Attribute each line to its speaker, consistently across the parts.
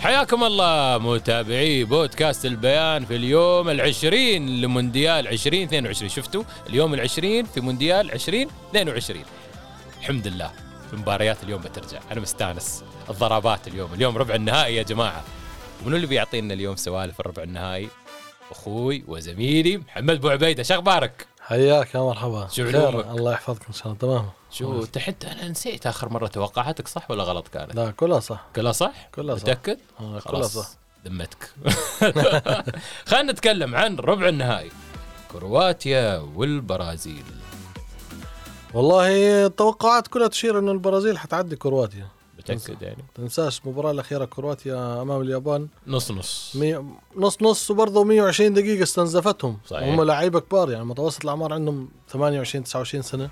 Speaker 1: حياكم الله متابعي بودكاست البيان في اليوم العشرين لمونديال 2022 شفتوا اليوم العشرين في مونديال 2022 الحمد لله في مباريات اليوم بترجع انا مستانس الضربات اليوم اليوم ربع النهائي يا جماعه ومنو اللي بيعطينا اليوم سوالف الربع النهائي اخوي وزميلي محمد ابو عبيده شخبارك
Speaker 2: حياك يا مرحبا
Speaker 1: شو
Speaker 2: خير،
Speaker 1: علومك؟
Speaker 2: الله يحفظك ان شاء الله تمام
Speaker 1: شو انت حتى انا نسيت اخر مره توقعاتك صح ولا غلط كانت
Speaker 2: لا كلها صح
Speaker 1: كلها صح
Speaker 2: كلها صح
Speaker 1: متاكد
Speaker 2: آه، كلها صح
Speaker 1: خلاص ذمتك خلينا نتكلم عن ربع النهائي كرواتيا والبرازيل
Speaker 2: والله التوقعات كلها تشير انه البرازيل حتعدي كرواتيا
Speaker 1: متاكد يعني
Speaker 2: تنساش المباراة الأخيرة كرواتيا أمام اليابان
Speaker 1: نص نص
Speaker 2: مي... نص نص وبرضه 120 دقيقة استنزفتهم
Speaker 1: صحيح.
Speaker 2: هم لعيبة كبار يعني متوسط الأعمار عندهم 28 29 سنة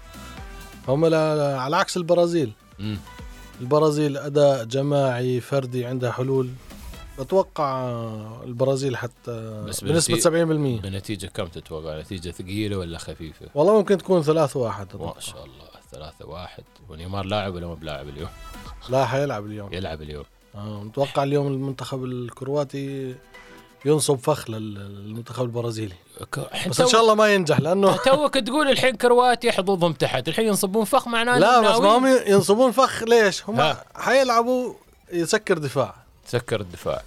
Speaker 2: هم لا... على عكس البرازيل
Speaker 1: مم.
Speaker 2: البرازيل أداء جماعي فردي عندها حلول بتوقع البرازيل حتى
Speaker 1: بس
Speaker 2: بنسبة
Speaker 1: بنسي-
Speaker 2: 70%
Speaker 1: بنتيجة كم تتوقع نتيجة ثقيلة ولا خفيفة
Speaker 2: والله ممكن تكون ثلاث واحد
Speaker 1: ما شاء الله ثلاثة واحد ونيمار لاعب ولا ما بلاعب اليوم
Speaker 2: لا حيلعب اليوم
Speaker 1: يلعب اليوم
Speaker 2: آه متوقع اليوم المنتخب الكرواتي ينصب فخ لل- للمنتخب البرازيلي بس ان شاء الله ما ينجح لانه
Speaker 1: توك تقول الحين كرواتيا حظوظهم تحت الحين ينصبون فخ معناه
Speaker 2: لا بس ما هم
Speaker 1: ناويين.
Speaker 2: ينصبون فخ ليش هم
Speaker 1: ها.
Speaker 2: حيلعبوا يسكر دفاع
Speaker 1: سكر الدفاع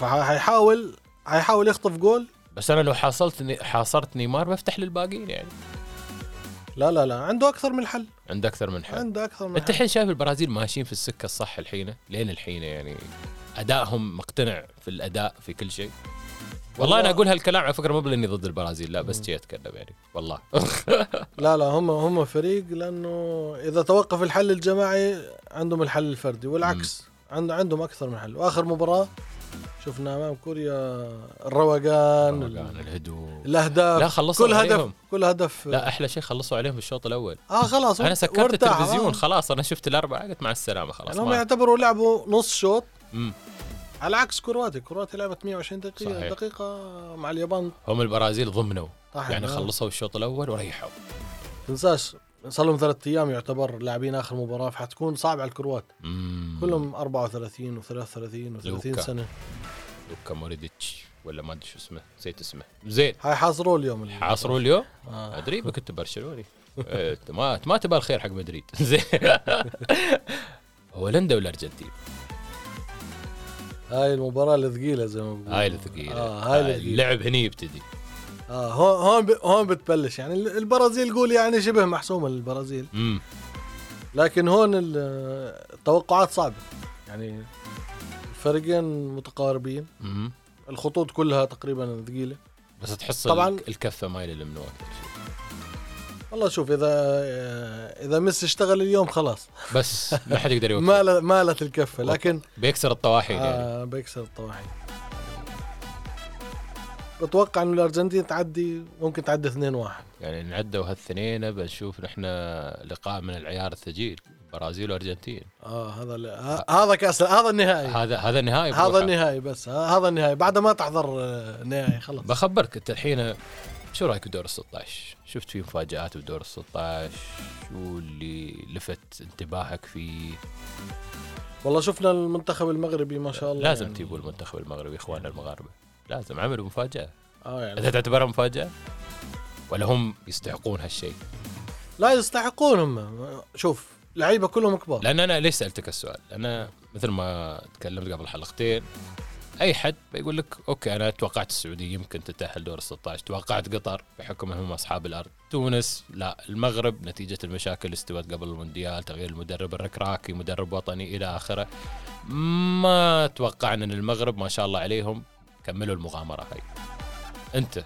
Speaker 2: فحيحاول حيحاول يخطف جول
Speaker 1: بس انا لو حاصلت حاصرت نيمار بفتح للباقيين يعني
Speaker 2: لا لا لا عنده اكثر من حل
Speaker 1: عند اكثر من حل
Speaker 2: عنده اكثر من
Speaker 1: انت
Speaker 2: حل
Speaker 1: الحين شايف البرازيل ماشيين في السكه الصح الحين لين الحين يعني ادائهم مقتنع في الاداء في كل شيء والله انا اقول هالكلام على فكره مو بلاني ضد البرازيل لا بس جاي اتكلم يعني والله
Speaker 2: لا لا هم هم فريق لانه اذا توقف الحل الجماعي عندهم الحل الفردي والعكس عند عندهم اكثر من حل واخر مباراه شفنا امام كوريا الروقان,
Speaker 1: روقان، الهدوء
Speaker 2: الاهداف
Speaker 1: لا، خلصوا
Speaker 2: كل هدف
Speaker 1: عليهم.
Speaker 2: كل هدف
Speaker 1: لا احلى شيء خلصوا عليهم في الشوط الاول
Speaker 2: اه خلاص
Speaker 1: انا سكرت
Speaker 2: وارتاح.
Speaker 1: التلفزيون
Speaker 2: آه.
Speaker 1: خلاص انا شفت الاربعه قلت مع السلامه خلاص
Speaker 2: يعني هم
Speaker 1: ما-
Speaker 2: يعتبروا لعبوا نص شوط
Speaker 1: مم.
Speaker 2: على عكس كرواتيا كرواتيا لعبت 120 دقيقة
Speaker 1: صحيح.
Speaker 2: دقيقة مع اليابان
Speaker 1: هم البرازيل ضمنوا
Speaker 2: طاحت
Speaker 1: يعني
Speaker 2: آه.
Speaker 1: خلصوا الشوط الاول وريحوا
Speaker 2: تنساش صار لهم ثلاث ايام يعتبر لاعبين اخر مباراة فحتكون صعب على الكروات
Speaker 1: مم.
Speaker 2: كلهم 34 و33 و30
Speaker 1: لوكا.
Speaker 2: سنة
Speaker 1: لوكا موريديتش ولا ما ادري شو اسمه نسيت اسمه زين
Speaker 2: حيحاصروه اليوم ال-
Speaker 1: حاصروا اليوم
Speaker 2: آه.
Speaker 1: ادري بك انت برشلوني إيه، أنت ما أنت ما تبى الخير حق مدريد زين هولندا ولا ارجنتين؟
Speaker 2: هاي المباراة الثقيلة زي ما بقول
Speaker 1: هاي الثقيله
Speaker 2: آه، هاي
Speaker 1: آه،
Speaker 2: الثقيلة.
Speaker 1: اللعب هني يبتدي
Speaker 2: آه هون هون ب- هون بتبلش يعني ال- البرازيل قول يعني شبه محسومة للبرازيل
Speaker 1: امم
Speaker 2: لكن هون ال- التوقعات صعبة يعني الفريقين متقاربين
Speaker 1: امم
Speaker 2: الخطوط كلها تقريبا ثقيلة
Speaker 1: بس تحس
Speaker 2: طبعاً.
Speaker 1: طبعا الكفه مايله للمنوع أكثر شيء.
Speaker 2: والله شوف اذا اذا ميسي اشتغل اليوم خلاص
Speaker 1: بس ما حد يقدر يوقف
Speaker 2: مال مالت الكفة لكن
Speaker 1: بيكسر الطواحين يعني
Speaker 2: آه بيكسر الطواحين بتوقع انه الارجنتين تعدي ممكن تعدي 2-1
Speaker 1: يعني نعدوا هالثنين بنشوف نحن لقاء من العيار الثقيل برازيل وارجنتين
Speaker 2: اه هذا ال- ه- هذا كاس هذا النهائي
Speaker 1: هذا هذا النهائي
Speaker 2: إيه. هذا
Speaker 1: بروحه.
Speaker 2: النهائي بس ه- هذا النهائي بعد ما تحضر آه، نهائي خلاص
Speaker 1: بخبرك انت الحين شو رايك بدور ال 16 شفت فيه مفاجات بدور ال 16 شو اللي لفت انتباهك فيه؟
Speaker 2: والله شفنا المنتخب المغربي ما شاء الله
Speaker 1: لازم
Speaker 2: يعني.
Speaker 1: تجيبوا المنتخب المغربي اخواننا المغاربه لازم عملوا مفاجاه
Speaker 2: اه يعني
Speaker 1: انت تعتبرها مفاجاه ولا هم يستحقون هالشيء
Speaker 2: لا يستحقون هم شوف لعيبه كلهم كبار
Speaker 1: لان انا ليش سالتك السؤال انا مثل ما تكلمت قبل حلقتين اي حد بيقول لك اوكي انا توقعت السعوديه يمكن تتاهل دور ال 16 توقعت قطر بحكم هم اصحاب الارض تونس لا المغرب نتيجه المشاكل اللي استوت قبل المونديال تغيير المدرب الركراكي مدرب وطني الى اخره ما توقعنا ان المغرب ما شاء الله عليهم كملوا المغامره هاي انت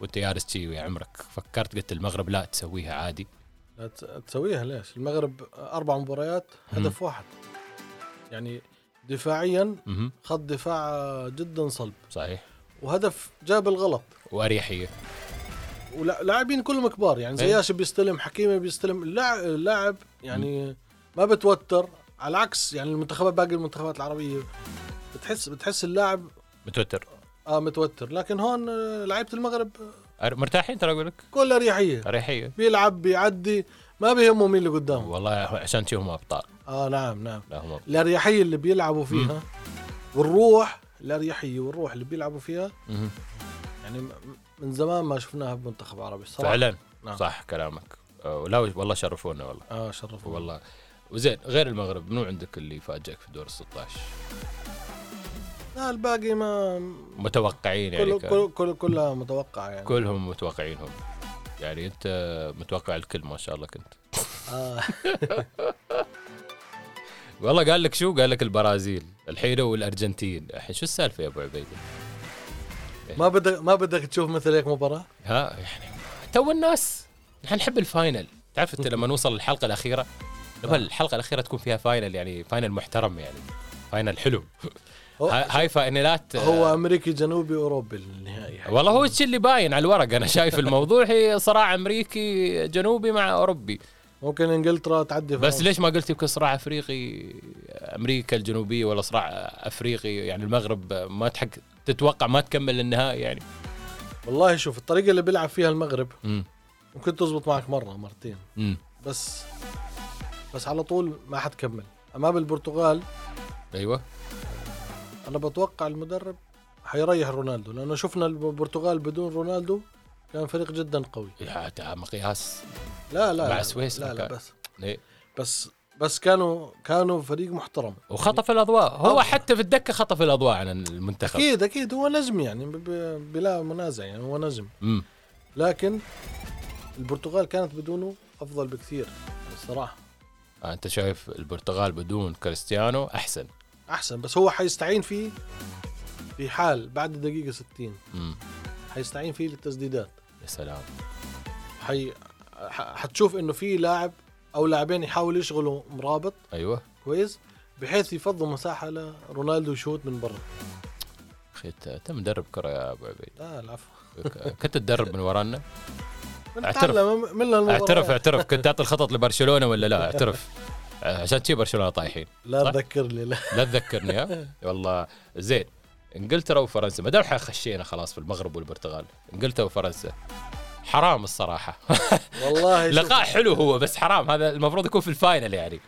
Speaker 1: وانت يارس تشي عمرك فكرت قلت المغرب لا تسويها عادي
Speaker 2: لا ت- تسويها ليش المغرب اربع مباريات هدف واحد يعني دفاعيا
Speaker 1: مهم.
Speaker 2: خط دفاع جدا صلب
Speaker 1: صحيح
Speaker 2: وهدف جاب الغلط
Speaker 1: واريحيه
Speaker 2: ولاعبين كلهم كبار يعني
Speaker 1: إيه.
Speaker 2: زياش بيستلم حكيمي بيستلم اللاع- اللاعب يعني ما بتوتر على العكس يعني المنتخبات باقي المنتخبات العربيه بتحس بتحس اللاعب
Speaker 1: متوتر
Speaker 2: اه متوتر لكن هون آه، لعيبه المغرب
Speaker 1: أر- مرتاحين ترى اقول لك
Speaker 2: كل اريحيه
Speaker 1: اريحيه
Speaker 2: بيلعب بيعدي ما بيهمه مين اللي قدامه
Speaker 1: والله عشان تشوفهم ابطال
Speaker 2: اه نعم نعم
Speaker 1: لا هم أبطال.
Speaker 2: الاريحيه اللي بيلعبوا فيها والروح الاريحيه والروح اللي بيلعبوا فيها
Speaker 1: مهم.
Speaker 2: يعني م- من زمان ما شفناها بمنتخب عربي صراحه
Speaker 1: فعلا
Speaker 2: نعم.
Speaker 1: صح كلامك آه، لا والله شرفونا والله
Speaker 2: اه شرفوا
Speaker 1: والله وزين غير المغرب منو عندك اللي فاجئك في دور ال 16
Speaker 2: لا الباقي ما
Speaker 1: متوقعين يعني
Speaker 2: كل
Speaker 1: كان-
Speaker 2: كل كل كلها متوقعه يعني
Speaker 1: كلهم متوقعينهم يعني انت متوقع الكل ما شاء الله كنت
Speaker 2: آه.
Speaker 1: والله قال لك شو قال لك البرازيل الحين والارجنتين الحين شو السالفه يا ابو عبيده
Speaker 2: ما بدك ما بدك تشوف مثل هيك مباراه
Speaker 1: ها يعني تو الناس نحن نحب الفاينل تعرف انت لما نوصل للحلقه الاخيره لما الحلقه الاخيره تكون فيها فاينل يعني فاينل محترم يعني فاينل حلو
Speaker 2: هو-
Speaker 1: هاي هاي فاينلات
Speaker 2: هو امريكي جنوبي اوروبي النهائي حقيقة.
Speaker 1: والله هو الشيء اللي باين على الورق انا شايف الموضوع هي صراع امريكي جنوبي مع اوروبي
Speaker 2: ممكن انجلترا تعدي
Speaker 1: بس
Speaker 2: فرنسا.
Speaker 1: ليش ما قلت يمكن صراع افريقي امريكا الجنوبيه ولا صراع افريقي يعني المغرب ما تحق تتوقع ما تكمل النهائي يعني
Speaker 2: والله شوف الطريقه اللي بيلعب فيها المغرب
Speaker 1: امم
Speaker 2: ممكن تزبط معك مره مرتين
Speaker 1: امم
Speaker 2: بس بس على طول ما حتكمل امام البرتغال
Speaker 1: ايوه
Speaker 2: انا بتوقع المدرب حيريح رونالدو لانه شفنا البرتغال بدون رونالدو كان فريق جدا قوي
Speaker 1: يا تعال مقياس
Speaker 2: لا لا
Speaker 1: مع
Speaker 2: لا
Speaker 1: سويسرا
Speaker 2: لا, لا
Speaker 1: كان.
Speaker 2: بس
Speaker 1: إيه.
Speaker 2: بس بس كانوا كانوا فريق محترم
Speaker 1: وخطف الاضواء هو
Speaker 2: طبعاً.
Speaker 1: حتى في الدكه خطف الاضواء عن المنتخب
Speaker 2: اكيد اكيد هو نجم يعني ب- ب- بلا منازع يعني هو نجم
Speaker 1: امم
Speaker 2: لكن البرتغال كانت بدونه افضل بكثير الصراحه
Speaker 1: آه، انت شايف البرتغال بدون كريستيانو احسن
Speaker 2: احسن بس هو حيستعين فيه في حال بعد الدقيقه 60
Speaker 1: امم
Speaker 2: حيستعين فيه للتسديدات
Speaker 1: يا سلام
Speaker 2: حي ح- حتشوف انه في لاعب او لاعبين يحاولوا يشغلوا مرابط
Speaker 1: ايوه
Speaker 2: كويس بحيث يفضوا مساحه لرونالدو يشوت من برا
Speaker 1: اخي انت أنت مدرب كره يا ابو عبيد
Speaker 2: لا العفو
Speaker 1: كنت تدرب من ورانا اعترف.
Speaker 2: بنتعلم من المباراة.
Speaker 1: اعترف اعترف كنت تعطي الخطط لبرشلونه ولا لا اعترف آه، عشان تشي برشلونه طايحين
Speaker 2: لا
Speaker 1: صح؟
Speaker 2: تذكرني لا
Speaker 1: لا تذكرني ها والله زين انجلترا وفرنسا ما دام إحنا خشينا خلاص في المغرب والبرتغال انجلترا وفرنسا حرام الصراحه
Speaker 2: والله شوف،
Speaker 1: لقاء حلو هو بس حرام هذا المفروض يكون في الفاينل يعني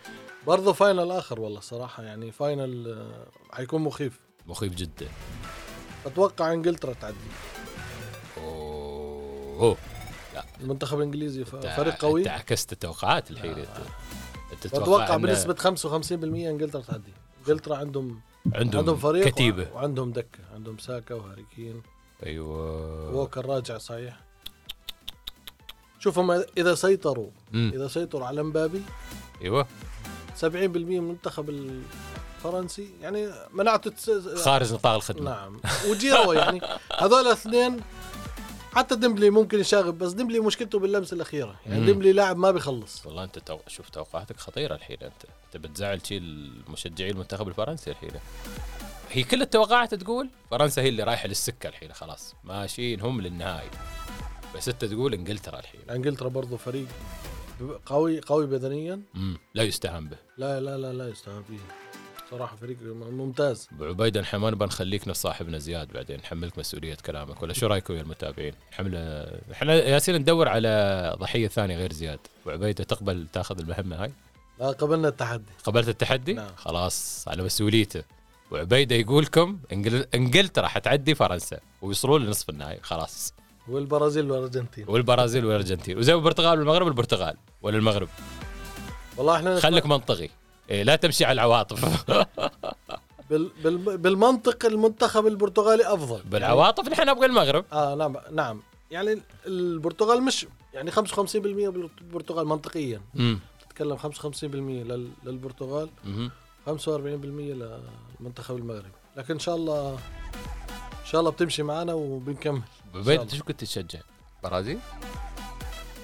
Speaker 2: برضه فاينل اخر والله صراحه يعني فاينل آه، حيكون مخيف
Speaker 1: مخيف جدا
Speaker 2: اتوقع انجلترا تعدي
Speaker 1: اوه
Speaker 2: المنتخب الانجليزي ف-
Speaker 1: أنت-
Speaker 2: فريق قوي
Speaker 1: انت عكست التوقعات الحين انت انت
Speaker 2: اتوقع
Speaker 1: إن
Speaker 2: بنسبه 55% انجلترا تعدي انجلترا عندهم عندهم
Speaker 1: عندهم
Speaker 2: فريق
Speaker 1: كتيبه
Speaker 2: وع- وعندهم دكه عندهم ساكا وهاري كين
Speaker 1: ايوه
Speaker 2: ووكر راجع صحيح شوف هم اذا سيطروا
Speaker 1: أمم،
Speaker 2: اذا سيطروا على مبابي
Speaker 1: ايوه
Speaker 2: 70% من المنتخب الفرنسي يعني مناعته تس...
Speaker 1: خارج نطاق الخدمه
Speaker 2: نعم وجيرو يعني هذول الاثنين حتى ديمبلي ممكن يشاغب بس ديمبلي مشكلته باللمسه الاخيره يعني
Speaker 1: مم.
Speaker 2: ديمبلي لاعب ما بيخلص
Speaker 1: والله انت تو... شوف توقعاتك خطيره الحين انت انت بتزعل شي المشجعين المنتخب الفرنسي الحين هي كل التوقعات تقول فرنسا هي اللي رايحه للسكه الحين خلاص ماشيين هم للنهائي بس انت تقول انجلترا الحين
Speaker 2: انجلترا برضه يعني فريق قوي قوي بدنيا
Speaker 1: امم لا يستهان به
Speaker 2: لا لا لا لا يستهان فيه صراحه فريق ممتاز
Speaker 1: ابو عبيده الحمان بنخليك نص صاحبنا زياد بعدين نحملك مسؤوليه كلامك ولا شو رايكم يا المتابعين؟ حمله احنا ياسين ندور على ضحيه ثانيه غير زياد ابو عبيده تقبل تاخذ المهمه هاي؟
Speaker 2: لا قبلنا التحدي
Speaker 1: قبلت التحدي؟
Speaker 2: نعم.
Speaker 1: خلاص على مسؤوليته وعبيده يقولكم انجل... انجلترا حتعدي فرنسا ويوصلون لنصف النهائي خلاص
Speaker 2: والبرازيل والارجنتين
Speaker 1: والبرازيل والارجنتين وزي البرتغال والمغرب البرتغال ولا المغرب
Speaker 2: والله احنا نتوقع-
Speaker 1: خليك منطقي إيه لا تمشي على العواطف
Speaker 2: بال بال بالمنطق المنتخب البرتغالي افضل
Speaker 1: بالعواطف نحن نبغى المغرب
Speaker 2: اه نعم نعم يعني البرتغال مش يعني 55% بالبرتغال منطقيا
Speaker 1: امم
Speaker 2: تتكلم 55% لل- للبرتغال
Speaker 1: أمم.
Speaker 2: 45% للمنتخب المغربي لكن ان شاء الله ان شاء الله بتمشي معنا وبنكمل
Speaker 1: عبيده
Speaker 2: إن
Speaker 1: انت
Speaker 2: شاء
Speaker 1: شو كنت تشجع؟ برازيل؟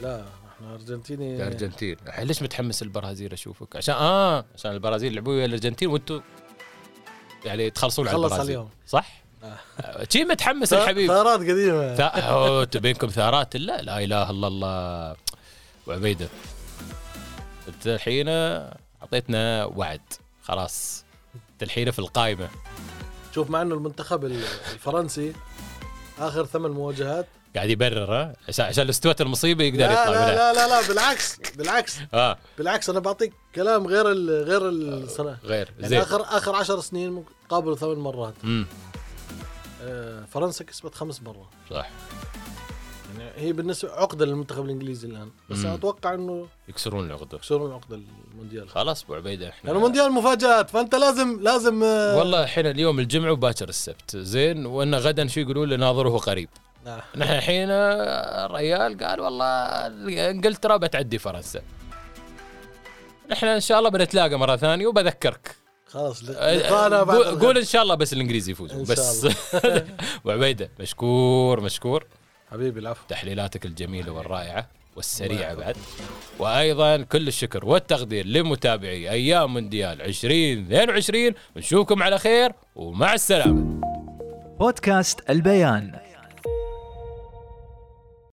Speaker 2: لا احنا ارجنتيني
Speaker 1: الارجنتين الحين إيه. ليش متحمس البرازيل اشوفك؟ عشان اه عشان البرازيل لعبوا ويا الارجنتين وانتم يعني تخلصون على
Speaker 2: خلص آه.
Speaker 1: البرازيل
Speaker 2: عليهم.
Speaker 1: صح؟ شي متحمس الحبيب
Speaker 2: ثارات قديمه
Speaker 1: ث- أوه، تبينكم ثارات لا لا اله الا الله وعبيده انت الحين اعطيتنا وعد خلاص انت الحين في القائمه
Speaker 2: شوف مع انه المنتخب ال- الفرنسي اخر ثمان مواجهات
Speaker 1: قاعد يبرر ها عشان عشان استوت المصيبه يقدر
Speaker 2: لا
Speaker 1: يطلع
Speaker 2: لا,
Speaker 1: منها
Speaker 2: لا لا لا بالعكس بالعكس
Speaker 1: اه
Speaker 2: بالعكس انا بعطيك كلام غير ال غير السنه
Speaker 1: غير
Speaker 2: يعني
Speaker 1: آه، زين
Speaker 2: اخر اخر 10 سنين ممكن قابلوا ثمان مرات
Speaker 1: امم
Speaker 2: آه، فرنسا كسبت خمس مرات
Speaker 1: صح
Speaker 2: يعني هي بالنسبه عقده للمنتخب الانجليزي الان بس
Speaker 1: مم.
Speaker 2: اتوقع انه
Speaker 1: يكسرون العقده
Speaker 2: يكسرون عقده المونديال
Speaker 1: خلاص ابو عبيده احنا
Speaker 2: لانه المونديال مفاجات فانت لازم لازم آه،
Speaker 1: والله الحين اليوم الجمعه وباكر السبت زين وان غدا شو يقولون لنا ناظره قريب
Speaker 2: آه.
Speaker 1: نحن الحين آه، الريال قال والله انجلترا بتعدي فرنسا نحن ان شاء الله بنتلاقى مره ثانيه وبذكرك
Speaker 2: خلاص
Speaker 1: آه،
Speaker 2: لقانا بعد
Speaker 1: قو-
Speaker 2: الغد.
Speaker 1: قول ان شاء الله بس الانجليزي يفوزوا
Speaker 2: إن
Speaker 1: بس ابو عبيده مشكور مشكور
Speaker 2: حبيبي العفو
Speaker 1: تحليلاتك الجميله والرائعه والسريعه
Speaker 2: الله
Speaker 1: بعد وايضا كل الشكر والتقدير لمتابعي ايام مونديال 2022 ونشوفكم على خير ومع السلامه
Speaker 3: بودكاست البيان